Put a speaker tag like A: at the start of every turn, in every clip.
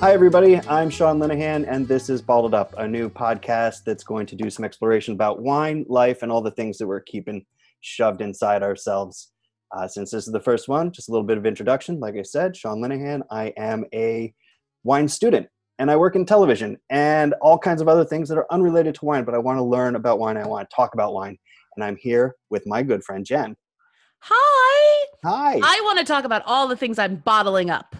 A: Hi, everybody. I'm Sean Linehan, and this is Bottled Up, a new podcast that's going to do some exploration about wine, life, and all the things that we're keeping shoved inside ourselves. Uh, since this is the first one, just a little bit of introduction. Like I said, Sean Linehan, I am a wine student, and I work in television and all kinds of other things that are unrelated to wine, but I want to learn about wine. I want to talk about wine. And I'm here with my good friend, Jen.
B: Hi.
A: Hi.
B: I want to talk about all the things I'm bottling up,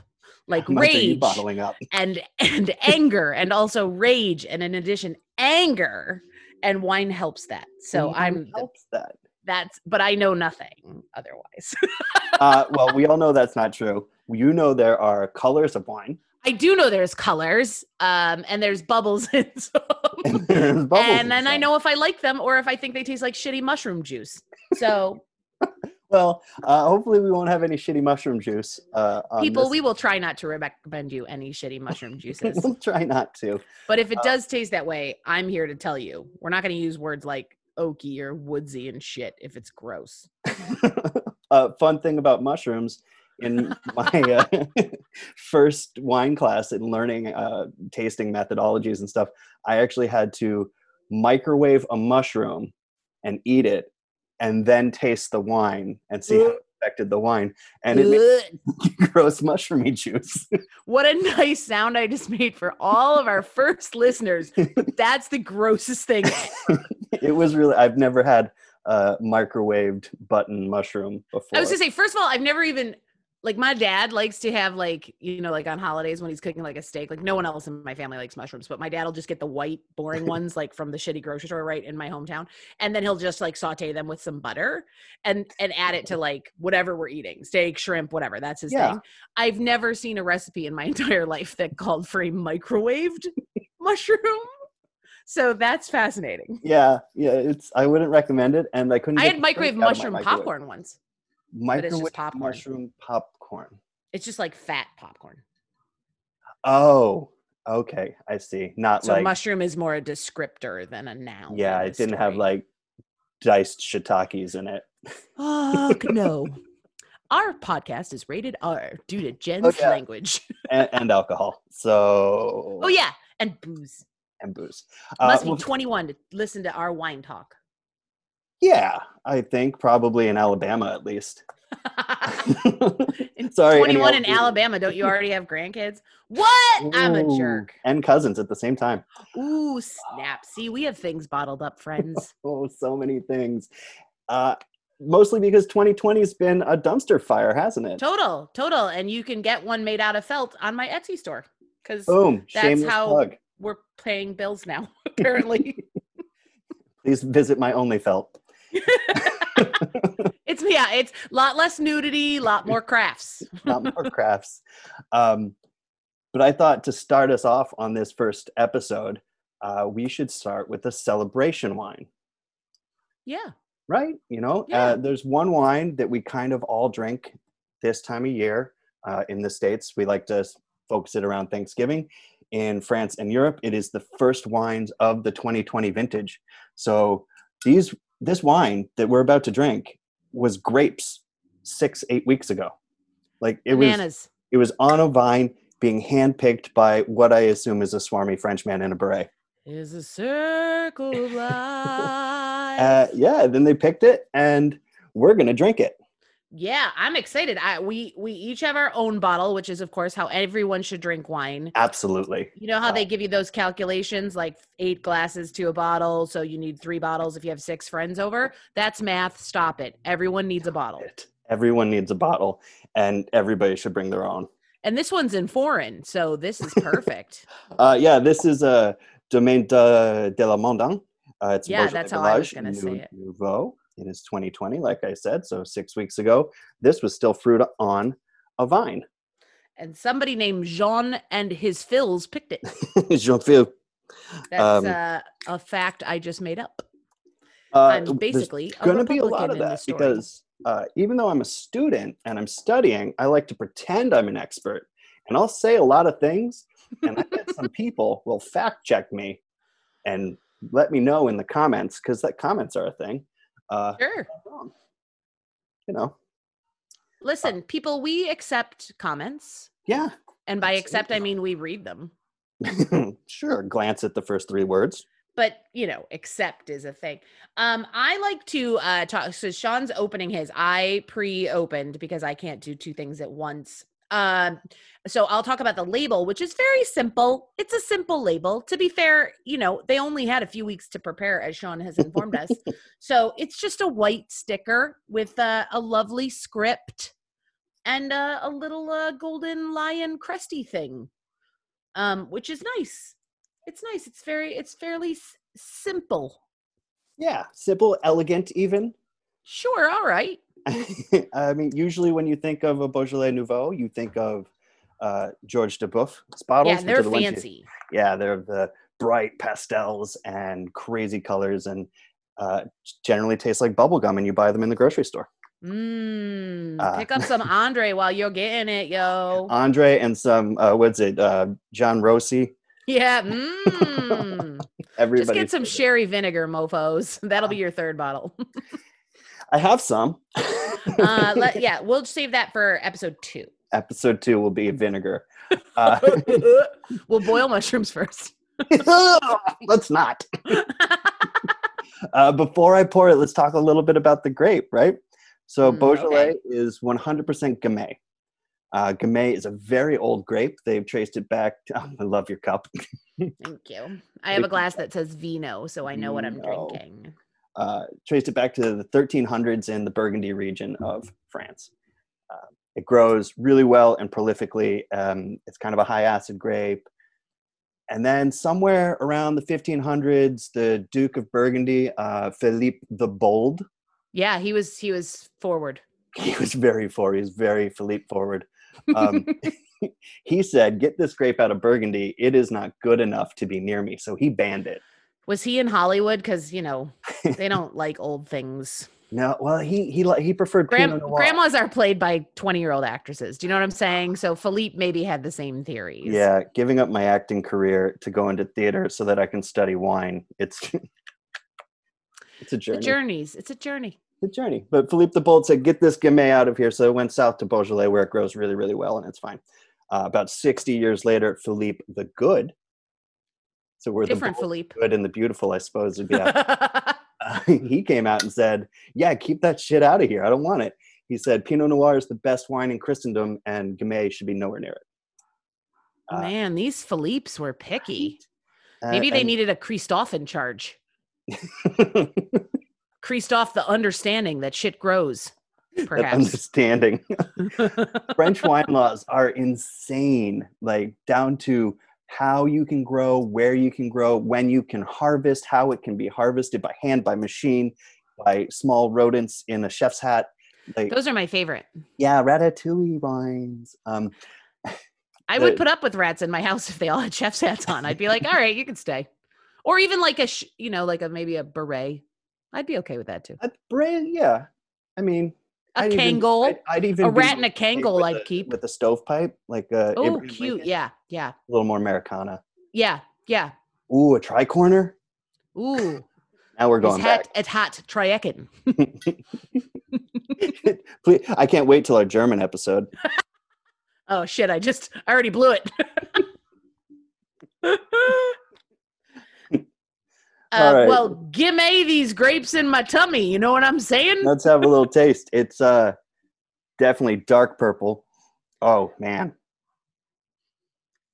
B: like
A: How much are you
B: rage
A: bottling up?
B: and and anger, and also rage, and in addition, anger. And wine helps that. So
A: Who
B: I'm
A: helps that.
B: that's, but I know nothing otherwise.
A: uh, well, we all know that's not true. You know there are colors of wine.
B: I do know there's colors, um, and there's bubbles in some,
A: and there's bubbles in
B: and then I
A: some.
B: know if I like them or if I think they taste like shitty mushroom juice. So
A: Well, uh, hopefully we won't have any shitty mushroom juice. Uh, on
B: people,
A: this-
B: we will try not to recommend you any shitty mushroom juices.
A: we'll try not to.
B: But if it
A: Uh,
B: does taste that way, I'm here to tell you, we're not going to use words like oaky or woodsy and shit if it's gross.
A: uh, fun thing about mushrooms in my uh, first wine class and learning uh, tasting methodologies and stuff, I actually had to microwave a mushroom and eat it, and then taste the wine and see how it affected the wine, and it made
B: Ugh.
A: gross mushroomy juice.
B: what a nice sound I just made for all of our first listeners. But that's the grossest thing.
A: it was really I've never had a microwaved button mushroom before.
B: I was going to say, first of all, I've never even. Like my dad likes to have like you know like on holidays when he's cooking like a steak like no one else in my family likes mushrooms but my dad will just get the white boring ones like from the shitty grocery store right in my hometown and then he'll just like saute them with some butter and and add it to like whatever we're eating steak shrimp whatever that's his
A: Yeah.
B: thing i've never seen a recipe in my entire life that called for a microwaved mushroom so that's fascinating
A: yeah, yeah, it's I wouldn't recommend it and I couldn't
B: i
A: get
B: had
A: the
B: microwave
A: steak out of my
B: mushroom
A: microwave.
B: popcorn once it's just
A: Microwave
B: popcorn.
A: mushroom popcorn.
B: it's just like fat popcorn
A: Oh, okay, I see. Not
B: so
A: like
B: mushroom is more a descriptor than a noun
A: yeah,
B: in
A: it
B: this
A: didn't have
B: story.
A: like diced shiitakes in it.
B: oh no our podcast is rated r due to jen's
A: Oh, yeah.
B: language
A: And, and alcohol. So
B: oh yeah and booze
A: and booze.
B: must
A: Uh, well,
B: be 21 to listen to our wine talk.
A: yeah, I think probably in Alabama at least.
B: In
A: Sorry, any
B: 21 in
A: LD.
B: Alabama, don't you already have grandkids? What? I'm a
A: Ooh,
B: jerk.
A: And cousins at the same time.
B: Ooh, snap. See, we have things bottled up, friends.
A: Oh, so many things. Uh, mostly because 2020 has been a dumpster fire, hasn't it?
B: total, total. And you can get one made out of felt on my Etsy store because
A: Boom.
B: That's
A: shameless
B: how-
A: plug.
B: we're paying bills now, apparently.
A: Please visit my OnlyFelt.
B: it's, yeah, it's a lot less nudity, a lot more crafts.
A: not more crafts. Um, but I thought to start us off on this first episode, uh, we should start with a celebration wine,
B: Yeah.
A: right? You know,
B: Yeah.
A: uh, there's one wine that we kind of all drink this time of year uh, in the States. We like to s- focus it around Thanksgiving. In France and Europe, it is the first wines of the 2020 vintage. So these this wine that we're about to drink was grapes six, eight weeks ago. Like it was
B: Bananas.
A: it was on a vine being handpicked by what I assume is a swarmy Frenchman in a beret.
B: Is a circle of life.
A: Uh, yeah, then they picked it and we're going to drink it.
B: Yeah, I'm excited. I we we each have our own bottle, which is of course how everyone should drink wine.
A: Absolutely.
B: You know how
A: Wow.
B: they give you those calculations like 8 glasses to a bottle, so you need 3 bottles if you have 6 friends over? That's math. Stop it. Everyone needs a bottle.
A: It. Everyone needs a bottle and everybody should bring their own.
B: And this one's in foreign, so this is perfect.
A: Uh, yeah, this is a Domaine de, de la Mondain. Uh, it's
B: Yeah,
A: Beaujolais
B: that's how I was
A: Village
B: gonna say
A: Nou-
B: it.
A: Nouveau. It is 2020, like I said. So six weeks ago, this was still fruit on a vine.
B: and somebody named Jean and his fills picked it.
A: Jean-Phil.
B: That's
A: Um,
B: uh, a fact I just made up.
A: Uh,
B: I'm
A: there's
B: Um, basically a
A: going to be a
B: Republican
A: lot of
B: in this
A: that
B: story.
A: because uh, even though I'm a student and I'm studying, I like to pretend I'm an expert, and I'll say a lot of things, and I bet some people will fact check me and let me know in the comments because that comments are a thing. Uh,
B: Sure.
A: wrong. You know,
B: Listen, people, we accept comments.
A: yeah,
B: And by accept, I
A: Absolutely.
B: mean we read them.
A: sure, glance at the first three words.
B: But you know, accept is a thing. Um, I like to uh talk. So Sean's opening his. I pre-opened because I can't do two things at once. Um, so I'll talk about the label, which is very simple. It's a simple label. To be fair, you know, they only had a few weeks to prepare, as Sean has informed us. So it's just a white sticker with uh, a lovely script and uh, a little uh, golden lion cresty thing, um, which is nice. It's nice. It's very. It's fairly s- simple.
A: Yeah, simple, elegant, even.
B: Sure. All right.
A: I mean, usually when you think of a Beaujolais Nouveau, you think of uh, George DeBoeuf bottles.
B: Yeah,
A: which
B: and
A: are
B: they're
A: the ones you-
B: fancy.
A: yeah, they're the bright pastels and crazy colors, and uh, generally taste like bubble gum. And you buy them in the grocery store.
B: Mmm.
A: Uh,
B: Pick up some Andre while you're getting it, yo.
A: Andre and some uh, what's it? Uh, John Rossi.
B: yeah. Mmm. Just
A: Everybody. Uh.
B: get some sherry vinegar, mofo's. That'll be your third bottle.
A: I have some.
B: uh, let, yeah, we'll save that for episode two.
A: Episode two will be vinegar. Uh,
B: we'll boil mushrooms first.
A: let's not. Uh, before I pour it, let's talk a little bit about the grape, right? So
B: Mm,
A: Beaujolais
B: okay.
A: is 100% Gamay. Uh, Gamay is a very old grape. They've traced it back. To, I love your cup.
B: Thank you. I have a glass that says vino, so I know what I'm
A: Vino.
B: drinking.
A: Uh, traced it back to the 1300s in the Burgundy region of France. Uh, it grows really well and prolifically. Um, it's kind of a high acid grape. And then somewhere around the 1500s, the Duke of Burgundy, uh, Philippe the Bold,
B: Yeah, he was he was forward.
A: he was very forward. He was very Philippe forward. Um, he said, "Get this grape out of Burgundy. It is not good enough to be near me." So he banned it.
B: Was he in Hollywood? Because you know they don't like old things.
A: No, well, he he li- he preferred
B: Gram-
A: Pinot Noir.
B: grandmas are played by 20 year old actresses. Do you know what I'm saying? So Philippe maybe had the same theories.
A: Yeah, giving up my acting career to go into theater so that I can study wine. It's it's a
B: the
A: journey.
B: journeys. It's a journey.
A: The journey. But Philippe the Bold said, "Get this Gamay out of here." So it went south to Beaujolais, where it grows really, really well, and it's fine. Uh, about sixty years later, Philippe the Good. So we're
B: Different
A: the bold,
B: Philippe.
A: good and the beautiful, I suppose, would be after uh, he came out and said, "Yeah, keep that shit out of here. I don't want it." He said, "Pinot Noir is the best wine in Christendom, and Gamay should be nowhere near it." Uh,
B: Man, these Philippes were picky.
A: Uh,
B: Maybe they
A: and-
B: needed a Christoph in charge. Christoph, the understanding that shit grows,
A: that
B: perhaps.
A: understanding. French wine laws are insane, like down to how you can grow, where you can grow, when you can harvest, how it can be harvested by hand, by machine, by small rodents in a chef's hat. Like,
B: Those are my favorite.
A: yeah, ratatouille wines. Um,
B: I would
A: The-
B: put up with rats in my house if they all had chef's hats on. I'd be like, all right, you can stay. Or even like a, sh- you know, like a maybe a beret. I'd be okay with that too.
A: A brain, yeah. I mean,
B: A
A: I'd even-
B: Kangol,
A: I'd, I'd even
B: a
A: be
B: rat and a
A: okay
B: Kangol
A: with
B: I'd
A: a-
B: keep.
A: with a stovepipe, like uh,
B: Oh,
A: Abraham
B: cute.
A: Lincoln,
B: Yeah. Yeah.
A: a little more Americana.
B: Yeah. Yeah.
A: Ooh, a tricorner.
B: Ooh.
A: Now we're
B: His
A: going
B: hat et hat triekin.
A: back. Please, I can't wait till our German episode.
B: Oh shit, I just I already blew it. Uh,
A: All right.
B: Well, gimme these grapes in my tummy. You know what I'm saying?
A: Let's have a little taste. It's uh, definitely dark purple. Oh man,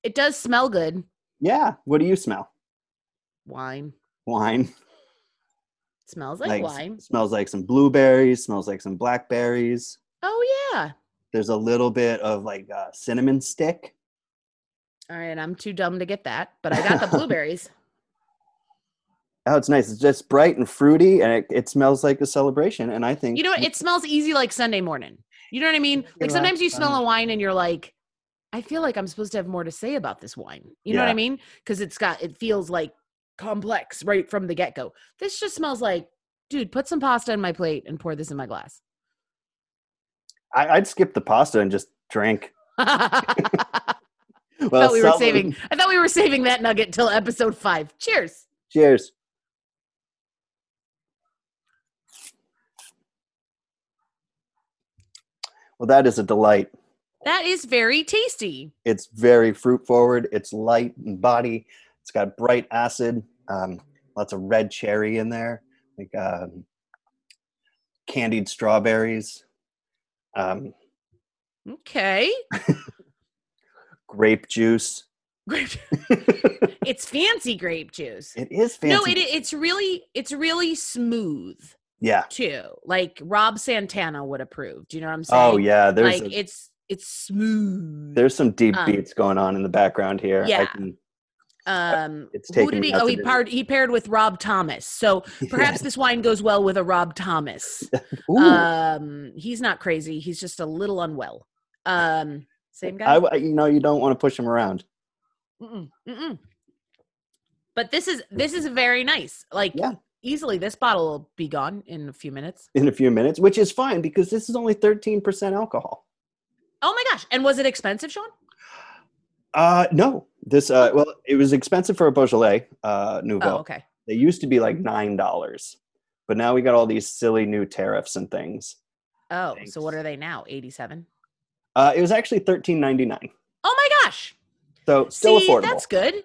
B: It does smell good.
A: yeah. What do you smell?
B: Wine
A: Wine.
B: smells like,
A: s-
B: wine.
A: Smells like some blueberries. Smells like some blackberries.
B: Oh yeah.
A: There's a little bit of like uh, cinnamon stick.
B: All right, I'm too dumb to get that, but I got the blueberries.
A: Oh, it's nice. It's just bright and fruity, and it, it smells like a celebration. And I think
B: You know, what? it smells easy like Sunday morning. You know what I mean?
A: You're
B: Like sometimes you
A: right.
B: smell a wine and you're like, I feel like I'm supposed to have more to say about this wine. You know what
A: Yeah.
B: I mean? Because it's got it feels like complex right from the get go. This just smells like, dude, put some pasta in my plate and pour this in my glass.
A: I, I'd skip the pasta and just drink.
B: I
A: Well,
B: thought we were
A: someone-
B: saving. I thought we were saving that nugget till episode five. Cheers.
A: Cheers. Well, that is a delight.
B: That is very tasty.
A: It's very fruit forward. It's light and body. It's got bright acid. Um, lots of red cherry in there, like um, candied strawberries, um,
B: Okay.
A: grape juice.
B: Grape ju-
A: it
B: it's fancy grape juice.
A: is fancy.
B: No, it it's really it's really smooth
A: yeah.
B: too. Like Rob Santana would approve. Do you know what I'm saying?
A: Oh yeah. There's
B: like
A: a-
B: it's it's smooth.
A: there's some deep
B: um,
A: beats going on in the background here. I
B: yeah.
A: can-
B: um
A: it's
B: who
A: taking
B: did
A: me
B: he
A: out
B: oh
A: to
B: he
A: dinner.
B: paired he paired with Rob Thomas. So perhaps this wine goes well with a Rob Thomas.
A: Ooh,
B: Um he's not crazy. He's just a little unwell. Um same guy.
A: I w- you know you don't want to push him around.
B: Mm-mm, mm-mm. But this is this is very nice. Like
A: Yeah.
B: easily, this bottle will be gone in a few minutes.
A: in a few minutes, which is fine because this is only 13% alcohol.
B: Oh my gosh! And was it expensive, Sean?
A: Uh, no, this, uh, well, it was expensive for a Beaujolais, uh, Nouveau.
B: Oh, okay.
A: They used to be like $9, but now we got all these silly new tariffs and things.
B: Oh,
A: Thanks.
B: so what are they now? Eighty-seven.
A: Uh, it was actually $13.99.
B: Oh my gosh!
A: So still
B: See,
A: affordable,
B: that's good.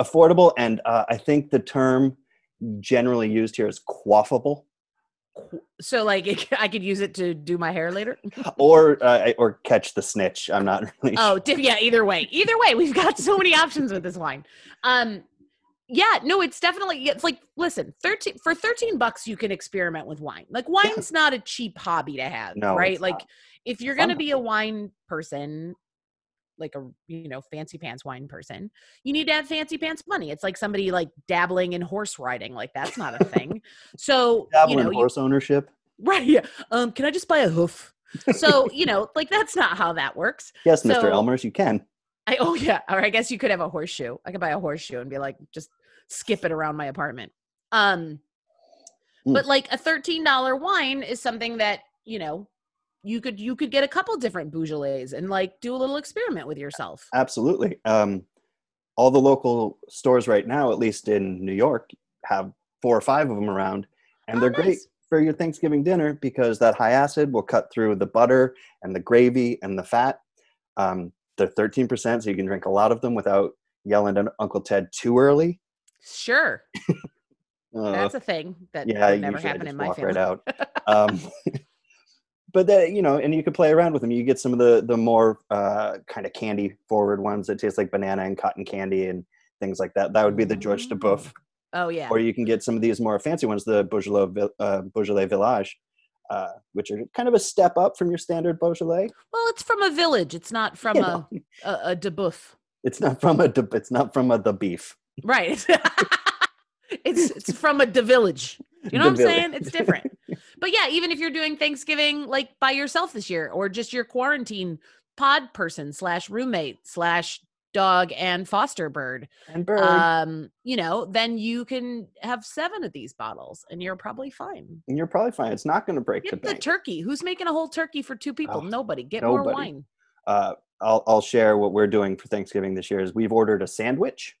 A: affordable. And, uh, I think the term generally used here is quaffable
B: So like, it, I could use it to do my hair later.
A: or, uh, or catch the snitch. I'm not really
B: Oh, di- yeah. Either way, either way, we've got so many options with this wine. Um, yeah, no, it's definitely it's like listen, thirteen for thirteen bucks you can experiment with wine. Like wine's not a cheap hobby to have,
A: No,
B: right?
A: it's
B: Like
A: not.
B: if you're
A: a fun
B: gonna be a wine person, like a you know fancy pants wine person, you need to have fancy pants money. It's like somebody like dabbling in horse riding, like that's not a thing. So
A: dabbling
B: you know, you-
A: horse ownership.
B: right? Yeah. Um, can I just buy a hoof? So you know, like that's not how that works.
A: Yes, Mr.
B: So-
A: Elmers, you can.
B: I oh yeah, or I guess you could have a horseshoe. I could buy a horseshoe and be like, just skip it around my apartment. Um,
A: Mm.
B: but like a thirteen dollar wine is something that you know you could you could get a couple different Beaujolais and like do a little experiment with yourself.
A: Absolutely. Um, all the local stores right now, at least in New York, have four or five of them around, and
B: Oh,
A: they're great
B: nice.
A: for your Thanksgiving dinner because that high acid will cut through the butter and the gravy and the fat. Um, they're thirteen percent, so you can drink a lot of them without yelling at Uncle Ted too early.
B: Sure,
A: Uh,
B: that's a thing that
A: yeah,
B: would
A: usually
B: never
A: I
B: happen
A: just
B: in my
A: walk
B: family.
A: right out. Um, but that you know, and you could play around with them. You get some of the the more uh, kind of candy forward ones that taste like banana and cotton candy and things like that. That would be the George de Boeuf.
B: Oh yeah,
A: Or you can get some of these more fancy ones, the Beaujolais, Vi- uh, Beaujolais Village, uh, which are kind of a step up from your standard Beaujolais.
B: well it's from a village. It's not from
A: You
B: a, a a debuff,
A: It's not from a de- it's not from a the beef.
B: right? it's it's from a de village. You
A: The
B: know what I'm
A: village.
B: saying? It's different. but yeah, even if you're doing Thanksgiving like by yourself this year, or just your quarantine pod person slash roommate slash dog and foster bird,
A: and bird.
B: um, you know, then you can have seven of these bottles and you're probably fine.
A: and you're probably fine. It's not going to break the
B: Get the
A: bank.
B: turkey. Who's making a whole turkey for two people?
A: Oh,
B: Nobody. Get more
A: nobody.
B: wine.
A: uh, I'll I'll share what we're doing for Thanksgiving this year is we've ordered a sandwich.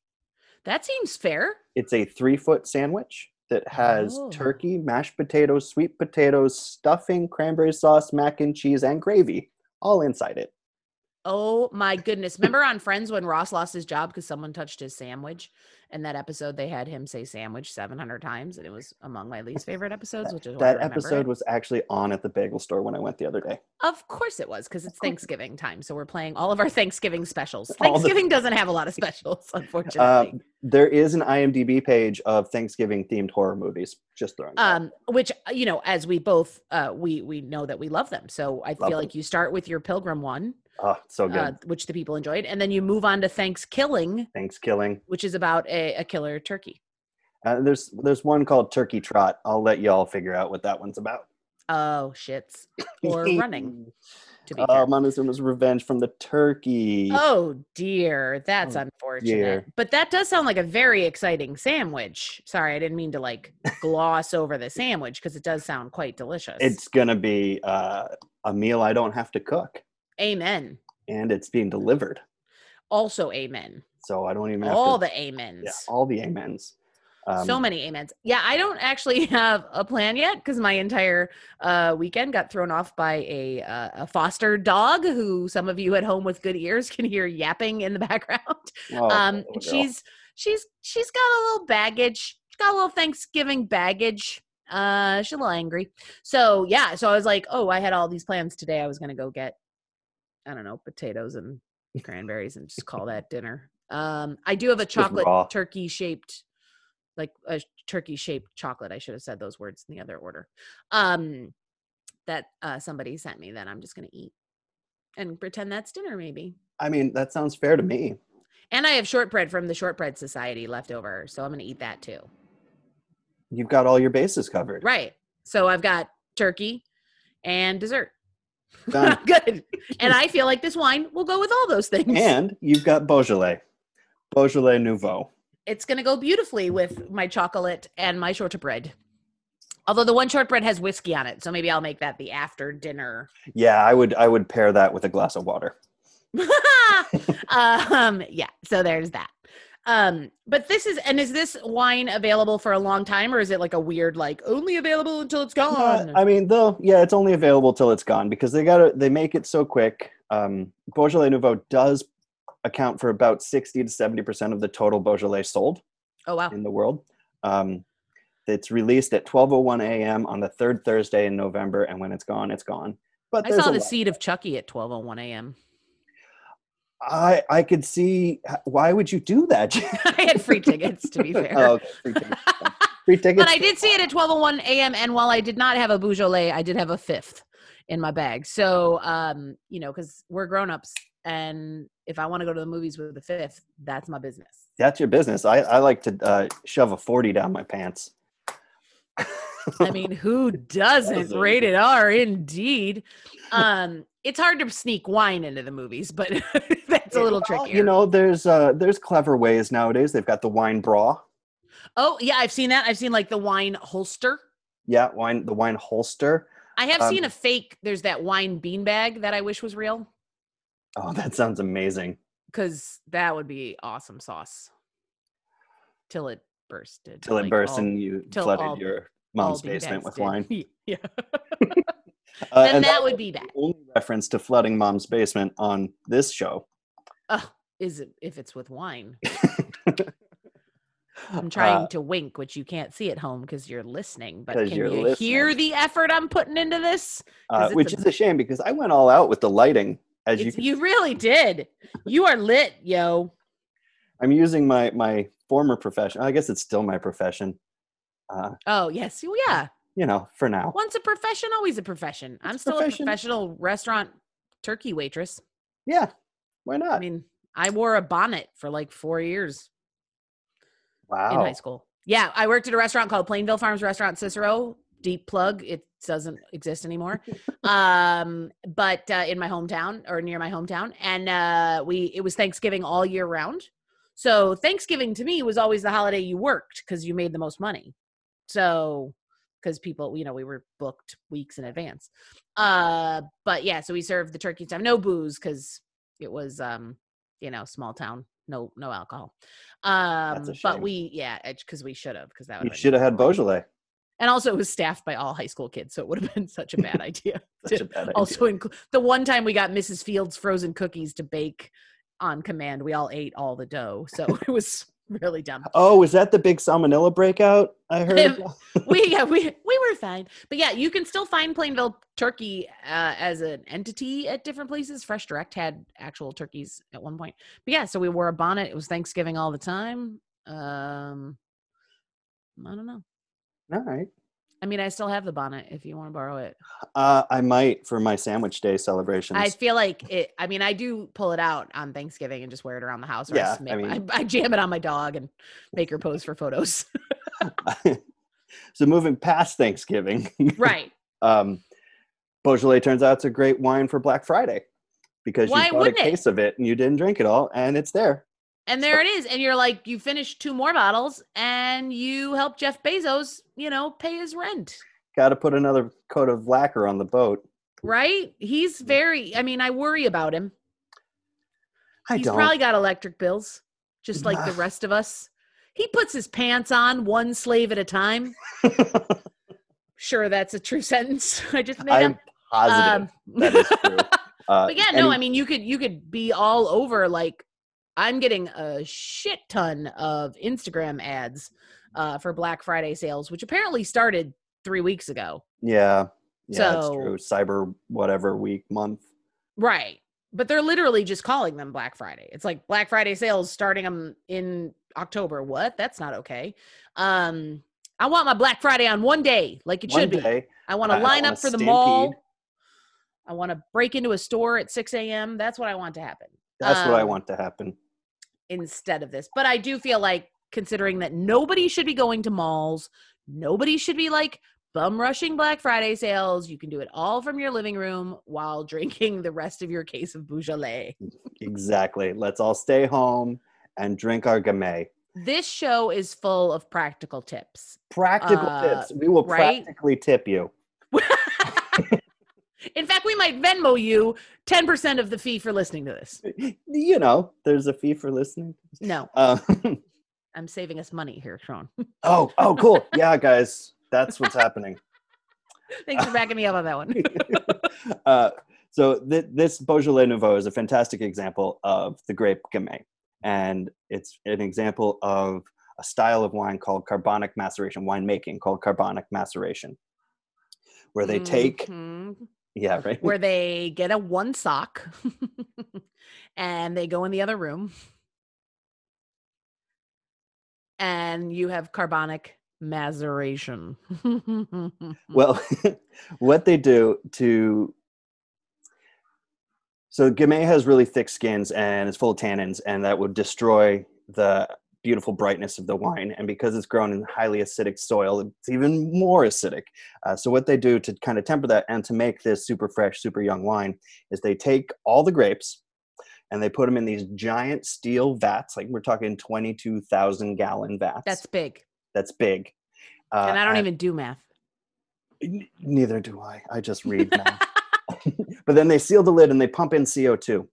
B: That seems fair.
A: It's a three foot sandwich that has
B: Oh.
A: turkey, mashed potatoes, sweet potatoes, stuffing, cranberry sauce, mac and cheese, and gravy all inside it.
B: Oh my goodness. Remember on Friends when Ross lost his job because someone touched his sandwich? And that episode, they had him say sandwich 700 times. And it was among my least favorite episodes, which is why I
A: that
B: remember
A: episode
B: it.
A: was actually on at the bagel store when I went the other day.
B: Of course it was because it's Thanksgiving time. So we're playing all of our Thanksgiving specials.
A: All the- Um,
B: Thanksgiving doesn't have a lot of specials, unfortunately.
A: There is an IMDb page of Thanksgiving themed horror movies. Just throwing. it out.
B: um, which uh, you know, as we both uh, we we know that we love them. So I feel
A: them.
B: like you start with your Pilgrim one,
A: oh, so good.
B: uh, which the people enjoyed, and then you move on to Thanksgiving,
A: Thanks killing.
B: which is about a, a killer turkey.
A: Uh, there's there's one called Turkey Trot. I'll let y'all figure out what that one's about.
B: Oh shits, or running. To be fair.
A: Uh, Montezuma's Revenge from the Turkey.
B: Oh dear, that's
A: Oh,
B: unfortunate.
A: dear.
B: But that does sound like a very exciting sandwich. Sorry, I didn't mean to like gloss over the sandwich because it does sound quite delicious.
A: It's gonna be uh, a meal I don't have to cook,
B: amen.
A: and it's being delivered,
B: Also amen.
A: so I don't even have
B: All
A: to,
B: the amens.
A: yeah, all the amens. Um,
B: so many amens. Yeah, I don't actually have a plan yet because my entire uh, weekend got thrown off by a uh, a foster dog who some of you at home with good ears can hear yapping in the background.
A: oh,
B: um,
A: little
B: and
A: girl.
B: she's she's she's got a little baggage. She's got a little Thanksgiving baggage. Uh, she's a little angry. So yeah, so I was like, oh, I had all these plans today. I was gonna go get, I don't know, potatoes and cranberries and just call that dinner. Um, I do have a chocolate
A: raw.
B: turkey shaped, like a turkey shaped chocolate. I should have said those words in the other order. Um, that uh somebody sent me that I'm just gonna eat and pretend that's dinner maybe.
A: I mean, that sounds fair to me.
B: And I have shortbread from the Shortbread Society left over, so I'm going to eat that too.
A: You've got all your bases covered.
B: Right. So I've got turkey and dessert.
A: Done.
B: Good. And I feel like this wine will go with all those things.
A: and you've got Beaujolais, Beaujolais Nouveau.
B: It's going to go beautifully with my chocolate and my shortbread. Although the one shortbread has whiskey on it, so maybe I'll make that the after dinner.
A: Yeah, I would I would pair that with a glass of water.
B: um, yeah, so there's that. Um, but this is and is this wine available for a long time or is it like a weird like only available until it's
A: Uh,
B: gone?
A: I mean, though, yeah, it's only available till it's gone because they gotta they make it so quick. Um, Beaujolais Nouveau does account for about sixty to seventy percent of the total Beaujolais sold
B: oh wow.
A: in the world. Um, it's released at twelve oh one a.m. on the third Thursday in November, and when it's gone, it's gone. But
B: I
A: there's
B: saw
A: a
B: the
A: lot.
B: seed of Chucky at 12:01 a.m.
A: I I could see why would you do that?
B: I had free tickets to be fair.
A: oh, okay. free tickets. Free tickets.
B: but I did see it at 12:01 a.m. and while I did not have a Beaujolais, I did have a fifth in my bag. So, um, you know, cuz we're grown-ups and if I want to go to the movies with a fifth, that's my business.
A: That's your business. I, I like to uh, shove a 40 down my pants.
B: I mean, who doesn't?
A: Doesn't.
B: Rated R indeed. Um, it's hard to sneak wine into the movies, but that's a little
A: Well,
B: trickier.
A: You know, there's uh, there's clever ways nowadays. They've got the wine bra.
B: oh, yeah, I've seen that. I've seen like the wine holster.
A: Yeah, wine the wine holster.
B: I have
A: Um,
B: seen a fake. There's that wine beanbag that I wish was real
A: Oh, that sounds amazing.
B: because that would be awesome sauce. Till it bursted.
A: Till it
B: like,
A: bursts
B: all-
A: and you
B: till
A: flooded
B: all-
A: your
B: all
A: mom's
B: beanbags
A: basement with
B: did.
A: wine.
B: yeah.
A: Uh,
B: then
A: and
B: that
A: that
B: would be bad.
A: only reference to flooding mom's basement on this show.
B: Oh, is it if it's with wine?
A: Uh,
B: I'm trying to wink, which you can't see at home because you're listening. But
A: 'cause
B: can
A: you're
B: you hear the effort I'm putting into this?
A: uh,
B: 'cause it's
A: which
B: a-
A: is a shame because I went all out with the lighting. As you,
B: It's- you really did. You are lit, yo.
A: I'm using my my former profession. I guess it's still my profession. Uh,
B: Oh yes, well, yeah.
A: you know, for now.
B: Once a profession, always a profession. I'm
A: It's
B: still
A: profession.
B: a professional restaurant turkey waitress.
A: Yeah, why
B: I
A: not?
B: mean, I wore a bonnet for like four years in
A: wow.
B: high school. Yeah, I worked at a restaurant called Plainville Farms Restaurant Cicero. Deep plug. It doesn't exist anymore. um, but uh, in my hometown or near my hometown, and uh, we it was Thanksgiving all year round. So Thanksgiving to me was always the holiday you worked because you made the most money. So because people, you know, we were booked weeks in advance. Uh, but yeah, so we served the turkey stuff. No booze because it was, um, you know, small town. No, no alcohol. Um,
A: That's a
B: but
A: shame.
B: we, yeah, because we should have because that
A: You
B: would
A: should have had Beaujolais.
B: And also, it was staffed by all high school kids, so it would have been such a bad idea.
A: Such a bad idea.
B: also, inclu- the one time we got Mrs. Fields' frozen cookies to bake on command, we all ate all the dough, so it was really dumb.
A: Oh, was that the big salmonella breakout? I heard.
B: we yeah we we were fine but yeah you can still find plainville turkey uh, as an entity at different places fresh direct had actual turkeys at one point but yeah so we wore a bonnet it was thanksgiving all the time um i don't know
A: all right.
B: i mean i still have the bonnet if you want to borrow it
A: Uh, I might for my sandwich day celebrations.
B: i feel like it i mean i do pull it out on thanksgiving and just wear it around the house or
A: Yeah,
B: I, just
A: I
B: make, I,
A: mean-
B: I jam it on my dog and make her pose for photos
A: so moving past Thanksgiving,
B: right
A: um, Beaujolais turns out it's a great wine for Black Friday because
B: Why
A: you bought a
B: wouldn't it?
A: case of it and you didn't drink it all, and it's there.
B: And there it is. And you're like, you finished two more bottles and you help Jeff Bezos, you know, pay his rent,
A: Got to put another coat of lacquer on the boat.
B: right? He's very, I mean, I worry about him.
A: I
B: He's
A: don't.
B: probably got electric bills, just like the rest of us. He puts his pants on one slave at a time. sure, that's a true sentence. I just made
A: I'm
B: up. um,
A: positive that is true. Uh,
B: But yeah, no,
A: any-
B: I mean you could you could be all over like I'm getting a shit ton of Instagram ads uh, for Black Friday sales, which apparently started three weeks ago.
A: yeah, yeah, that's
B: So-
A: true. Cyber whatever week month.
B: Right. But they're literally just calling them Black Friday. It's like Black Friday sales starting them in October. What? That's not okay. Um, I want my Black Friday on one day, like it
A: One
B: should be.
A: day,
B: I want to
A: I- I
B: line
A: want
B: up
A: a
B: for the
A: stampede.
B: mall. I want to break into a store at 6 a.m. That's what I want to happen
A: that's what I
B: Um,
A: want to happen.
B: instead of this. But I do feel like considering that nobody should be going to malls, nobody should be like bum rushing Black Friday sales. You can do it all from your living room while drinking the rest of your case of Beaujolais.
A: Exactly. Let's all stay home and drink our gamay.
B: This show is full of practical tips.
A: Practical
B: Uh,
A: tips. We will
B: right?
A: practically tip you.
B: In fact, we might Venmo you 10% of the fee for listening to this.
A: You know, there's a fee for listening.
B: No,
A: Uh,
B: I'm saving us money here, Sean.
A: oh, oh, cool. Yeah, guys, that's what's happening.
B: Thanks for backing me up on that one.
A: uh, so th- this Beaujolais Nouveau is a fantastic example of the grape Gamay, and it's an example of a style of wine called carbonic maceration, winemaking called carbonic maceration, where
B: Mm-hmm.
A: they take
B: Mhm.
A: yeah right
B: where they get a one sock and they go in the other room. And you have carbonic maceration. Mm.
A: Well, what they do to so Gamay has really thick skins and it's full of tannins, and that would destroy the beautiful brightness of the wine. And because it's grown in highly acidic soil, it's even more acidic. Uh, so what they do to kind of temper that and to make this super fresh, super young wine is they take all the grapes and they put them in these giant steel vats, like we're talking twenty-two thousand gallon vats.
B: that's big.
A: that's big. Uh,
B: and I don't even do math.
A: N- neither do I. I just read now. but then they seal the lid and they pump in CO2.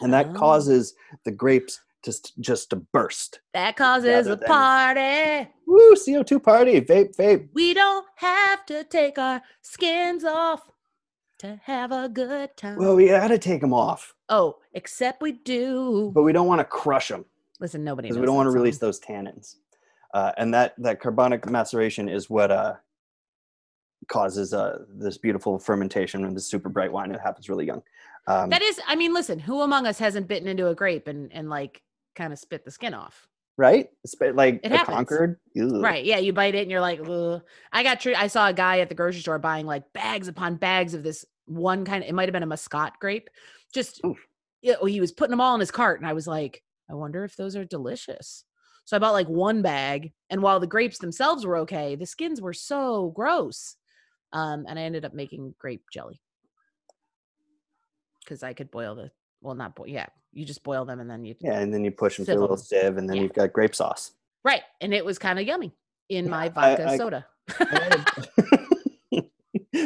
A: And that
B: Oh.
A: causes the grapes to s- just to burst.
B: That causes
A: Rather
B: a
A: than-
B: party.
A: Woo, CO2 party. Vape, vape.
B: We don't have to take our skins off to have a good time.
A: Well, we got to take them off,
B: oh, except we do.
A: but we don't want to crush them
B: Listen, nobody.
A: because
B: Knows
A: we don't want to
B: that
A: release
B: song.
A: those tannins. Uh, and that, that carbonic maceration is what uh, causes uh, this beautiful fermentation and this super bright wine. It happens really young. Um,
B: That is, I mean, listen, who among us hasn't bitten into a grape and and like kind of spit the skin off?
A: right? It's ba- like
B: It
A: the
B: happens.
A: Concord. Ugh.
B: Right? Yeah, you bite it and you're like, Ugh. I got. Tre- I saw a guy at the grocery store buying like bags upon bags of this one kind. It might have been a Muscat grape. Just,
A: Oof.
B: yeah, well, he was putting them all in his cart, and I was like, I wonder if those are delicious. So I bought like one bag, and while the grapes themselves were okay, the skins were so gross, um, and I ended up making grape jelly because I could boil the well, not boil. Yeah, you just boil them and then you
A: Yeah, and then you push them
B: Sieve
A: through a little
B: 'em.
A: sieve, and then
B: Yeah.
A: you've got grape sauce.
B: Right. And it was kind of yummy in
A: Yeah, I-
B: my vodka
A: I-
B: soda.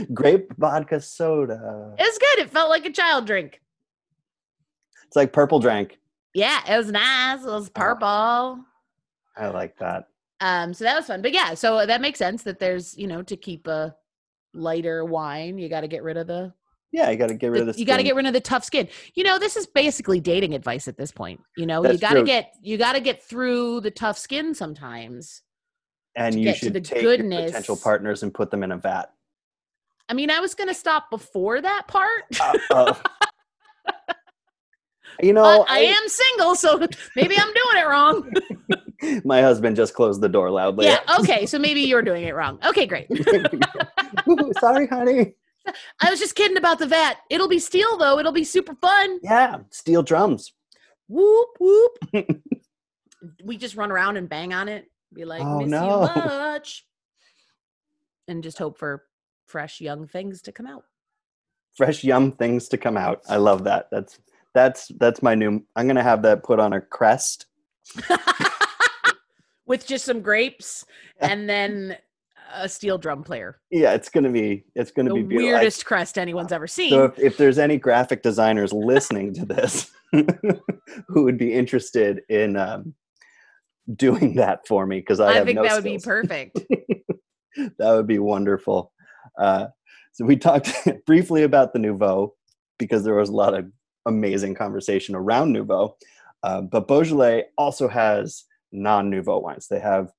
A: grape vodka soda.
B: It was good. It felt like a child drink.
A: It's like purple drank.
B: Yeah, it was nice. It was
A: Oh.
B: purple.
A: I like that.
B: Um, so that was fun. But yeah, so that makes sense that there's, you know, to keep a lighter wine, you gotta get rid of the,
A: Yeah, you got to get rid of
B: the-
A: this.
B: you gotta get rid of the tough skin. You know, this is basically dating advice at this point. You know, you
A: That's
B: gotta
A: true.
B: get you gotta get through the tough skin sometimes.
A: and
B: to
A: you
B: get to
A: should
B: the
A: take your potential
B: goodness.
A: partners and put them in a vat.
B: I mean, I was gonna stop before that part,
A: Uh, uh, you know,
B: but I am single, so maybe I'm doing it wrong.
A: My husband just closed the door loudly.
B: Yeah. Okay. So maybe you're doing it wrong. Okay. Great.
A: Ooh, sorry, honey.
B: I was just kidding about the vat. It'll be steel though. It'll be super fun.
A: Yeah, steel drums.
B: Whoop whoop. we just run around and bang on it. Be like,
A: Oh,
B: miss
A: no.
B: you much, and just hope for fresh young things to come out.
A: fresh yum things to come out. I love that. That's that's that's my new. I'm gonna have that put on a crest.
B: With just some grapes and then a steel drum player.
A: Yeah, it's gonna be it's gonna
B: The
A: be beautiful. I-
B: weirdest crest anyone's ever seen.
A: so if, if there's any graphic designers listening to this who would be interested in um, doing that for me because I,
B: I
A: have
B: think
A: no
B: that would be
A: skills.
B: perfect.
A: that would be wonderful. Uh, so we talked briefly about the Nouveau because there was a lot of amazing conversation around Nouveau. Uh, but Beaujolais also has non-Nouveau wines. They have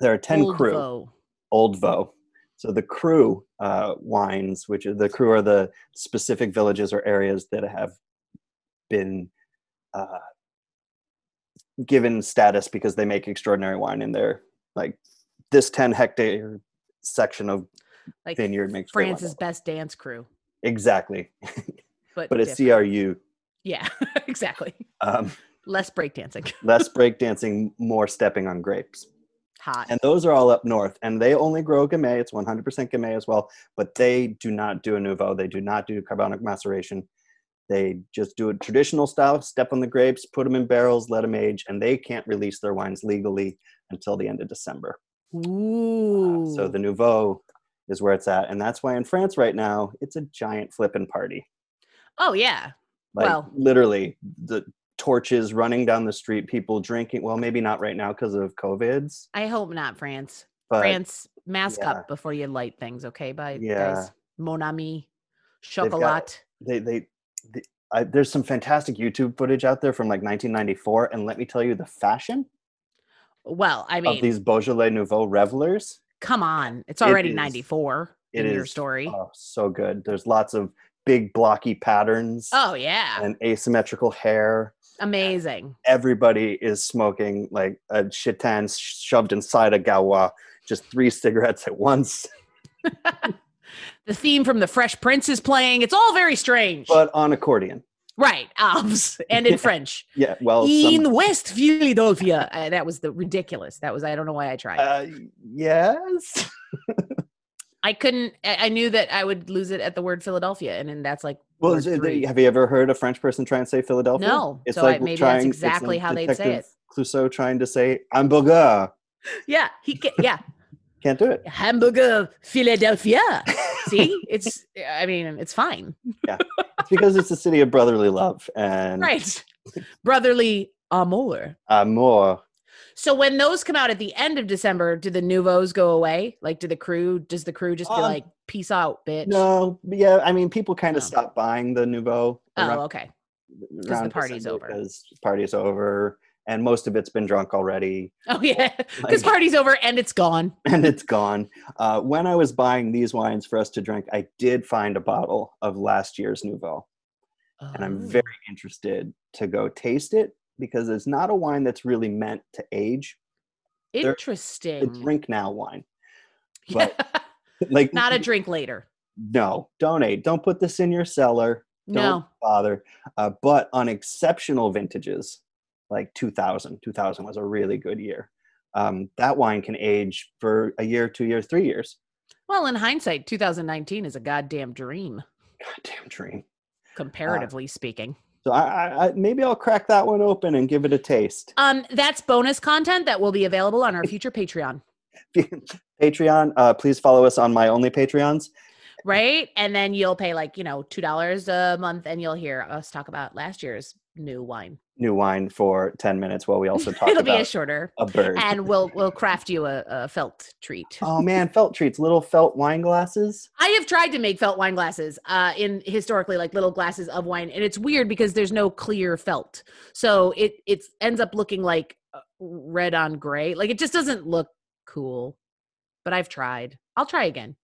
A: there are ten
B: Old
A: crew
B: Voe.
A: Old Vaux. So the Cru uh, wines, which are the Cru are the specific villages or areas that have been uh, given status because they make extraordinary wine in their like this 10 hectare section of
B: Like
A: vineyard makes great wine.
B: France's best dance crew.
A: exactly,
B: But,
A: but it's
B: different.
A: CRU.
B: yeah, exactly.
A: Um,
B: Less breakdancing.
A: less breakdancing, more stepping on grapes.
B: Hot.
A: and those are all up north and they only grow gamay it's 100% gamay as well but they do not do a nouveau they do not do carbonic maceration they just do a traditional style step on the grapes put them in barrels let them age and they can't release their wines legally until the end of december
B: Ooh.
A: Uh, so the nouveau is where it's at and that's why in france right now it's a giant flippin' party
B: oh yeah.
A: like
B: Well-
A: literally the torches running down the street people drinking well maybe not right now because of covid's
B: I hope not, France.
A: but
B: France, mask
A: yeah.
B: up before you light things, okay? Bye,
A: Yeah.
B: guys. Mon ami,
A: got-
B: chocolat.
A: they they, the I, there's some fantastic YouTube footage out there from like 1994, and let me tell you, the fashion
B: Well, I mean,
A: of these Beaujolais Nouveau revelers,
B: come on. It's
A: It
B: already
A: is-
B: 94
A: it
B: in your
A: is,
B: story.
A: oh, so good. There's lots of big blocky patterns
B: oh, yeah.
A: and asymmetrical hair.
B: Amazing.
A: Everybody is smoking like a chitan shoved inside a gawa, just three cigarettes at once,
B: The theme from The Fresh Prince is playing. It's all very strange.
A: but on accordion.
B: right. Alps. And in French.
A: Yeah, well, some-
B: in West Philadelphia. Uh, that was the ridiculous. That was, I don't know why I tried.
A: uh, yes.
B: I couldn't, I, I knew that I would lose it at the word Philadelphia. And then that's like,
A: Well,
B: word
A: is it-
B: three.
A: have you ever heard a French person try and say Philadelphia?
B: no.
A: It's
B: so
A: like
B: I, maybe
A: trying-
B: that's
A: it's like
B: exactly how they'd say
A: Detective
B: it.
A: Clouseau trying to say hamburger.
B: Yeah. He, ca- yeah.
A: Can't do it.
B: hamburger Philadelphia. See, it's I mean, it's fine,
A: It's because it's the city of brotherly love and
B: right? Brotherly amour.
A: amour.
B: So when those come out at the end of December, do the nouveaux go away? Like, do the crew? Does the crew just be
A: Um,
B: like, "Peace out, bitch"?
A: No, but yeah, I mean, people kind
B: No.
A: of stop buying the nouveau.
B: Oh, okay.
A: because
B: the party's over.
A: Because party's over, and most of it's been drunk already,
B: Oh yeah, because
A: Like-
B: party's over and it's gone.
A: and it's gone. Uh, when I was buying these wines for us to drink, I did find a bottle of last year's nouveau. and
B: Oh.
A: I'm very interested to go taste it because it's not a wine that's really meant to age.
B: Oh,
A: they're- It's
B: interesting.
A: drink now wine.
B: Yeah.
A: Like
B: Not a drink later.
A: no, donate. Don't put this in your cellar. Don't
B: No.
A: bother. Uh, but on exceptional vintages, like 2000, 2000 was a really good year. Um, that wine can age for a year, two years, three years.
B: Well, in hindsight, 2019 is a goddamn dream,
A: Goddamn dream.
B: Uh, comparatively speaking.
A: So I, I, I maybe I'll crack that one open and give it a taste.
B: Um, that's bonus content that will be available on our future Patreon.
A: Patreon, uh, please follow us on my only Patreons.
B: right? And then you'll pay like, you know, $2 a month and you'll hear us talk about last year's new wine.
A: New wine for 10 minutes while we also talk
B: It'll be a
A: about
B: shorter.
A: a bird.
B: And we'll we'll craft you a, a felt treat.
A: oh man, felt treats, little felt wine glasses.
B: I have tried to make felt wine glasses uh, in historically like little glasses of wine, and it's weird because there's no clear felt, so it it ends up looking like uh, red on gray. Like it just doesn't look cool. But I've tried. I'll try again.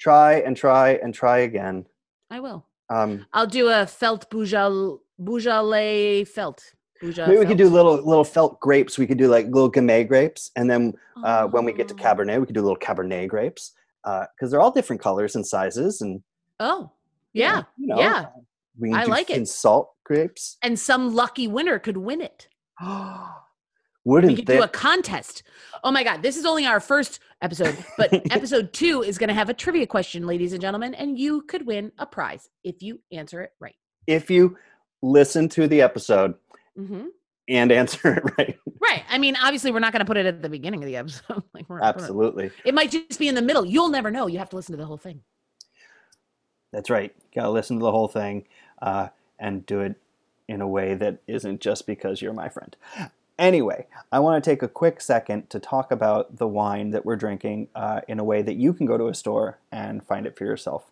A: Try and try and try again.
B: I will.
A: Um,
B: I'll do a felt Boujol- Beaujolais felt. Boujol
A: maybe we could do
B: felt.
A: little little felt grapes. We could do like little Gamay grapes, and then uh, when we get to
B: Oh.
A: Cabernet, we could do little Cabernet grapes because they're all different colors and sizes. And
B: Oh, yeah.
A: you know,
B: yeah.
A: we can
B: I
A: do
B: like it.
A: thin salt grapes.
B: And some lucky winner could win it. We
A: Wouldn't
B: could do
A: they?
B: a contest. Oh my God. This is only our first episode, but episode two is going to have a trivia question, ladies and gentlemen, and you could win a prize if you answer it right.
A: if you listen to the episode
B: hmm
A: and answer it right,
B: Right. I mean, obviously, we're not going to put it at the beginning of the episode. like, we're not putting it-
A: absolutely.
B: It might just be in the middle. You'll never know. You have to listen to the whole thing.
A: That's right. Gotta listen to the whole thing uh, and do it in a way that isn't just because you're my friend. Anyway, I want to take a quick second to talk about the wine that we're drinking uh, in a way that you can go to a store and find it for yourself.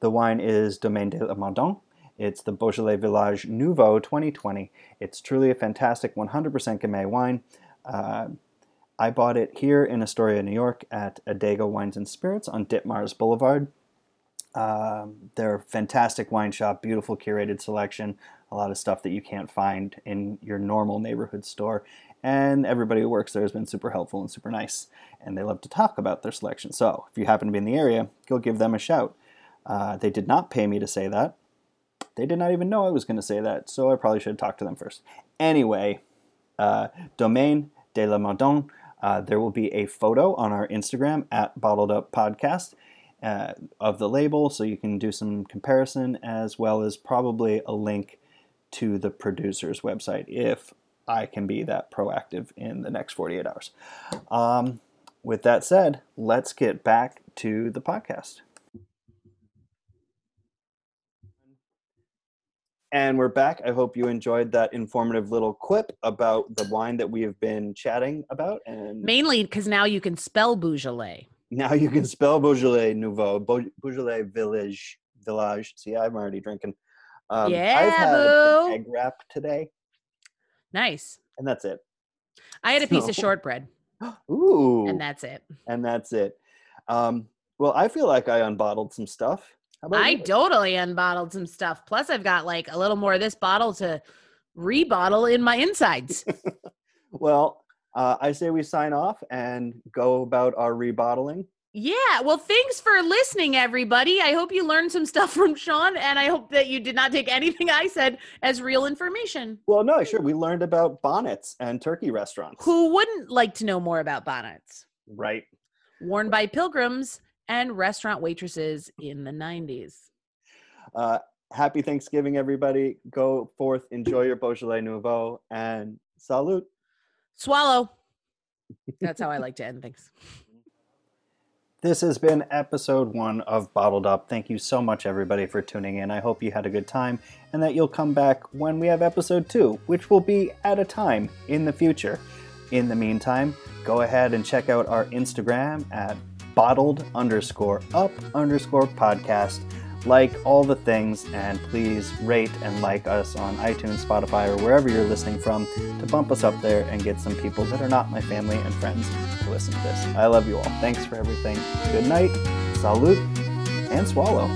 A: The wine is Domaine de la Mandon. It's the Beaujolais Village Nouveau 2020. It's truly a fantastic 100% Gamay wine. Uh, I bought it here in Astoria, New York at Adego Wines and Spirits on Ditmars Boulevard. Um, they're a fantastic wine shop, beautiful curated selection, a lot of stuff that you can't find in your normal neighborhood store. And everybody who works there has been super helpful and super nice, and they love to talk about their selection. So if you happen to be in the area, go give them a shout. Uh, they did not pay me to say that. They did not even know I was going to say that, so I probably should have talked to them first. Anyway, uh, Domaine de la Madone. Uh, there will be a photo on our Instagram at Bottled Up Podcast uh, of the label, so you can do some comparison as well as probably a link to the producer's website if I can be that proactive in the next 48 hours. Um, with that said, let's get back to the podcast. And we're back. I hope you enjoyed that informative little clip about the wine that we have been chatting about. And
B: Mainly because now you can spell Beaujolais.
A: now you can spell Beaujolais Nouveau, Beau- Beaujolais Village, Village. See, I'm already drinking. Um,
B: Yeah,
A: I've had an
B: boo.
A: egg wrap today,
B: Nice.
A: and that's it.
B: I had a piece
A: So-
B: of shortbread,
A: Ooh,
B: and that's it.
A: and that's it. Um, well, I feel like I unbottled some stuff. How about
B: I
A: you?
B: totally unbottled some stuff. Plus, I've got like a little more of this bottle to rebottle in my insides.
A: Well, uh, I say we sign off and go about our rebottling.
B: yeah. Well, thanks for listening, everybody. I hope you learned some stuff from Sean, and I hope that you did not take anything I said as real information.
A: Well, no, sure. We learned about bonnets and turkey restaurants.
B: Who wouldn't like to know more about bonnets?
A: Right.
B: Worn by pilgrims and restaurant waitresses in the 90s.
A: Uh, happy Thanksgiving, everybody. Go forth, enjoy your Beaujolais Nouveau, and salute.
B: Swallow. That's how I like to end things.
A: This has been episode one of Bottled Up. Thank you so much, everybody, for tuning in. I hope you had a good time and that you'll come back when we have episode two, which will be at a time in the future. In the meantime, go ahead and check out our Instagram at bottled underscore up underscore podcast. Like all the things, and please rate and like us on iTunes, Spotify, or wherever you're listening from to bump us up there and get some people that are not my family and friends to listen to this. I love you all. Thanks for everything. Good night, salute, and swallow.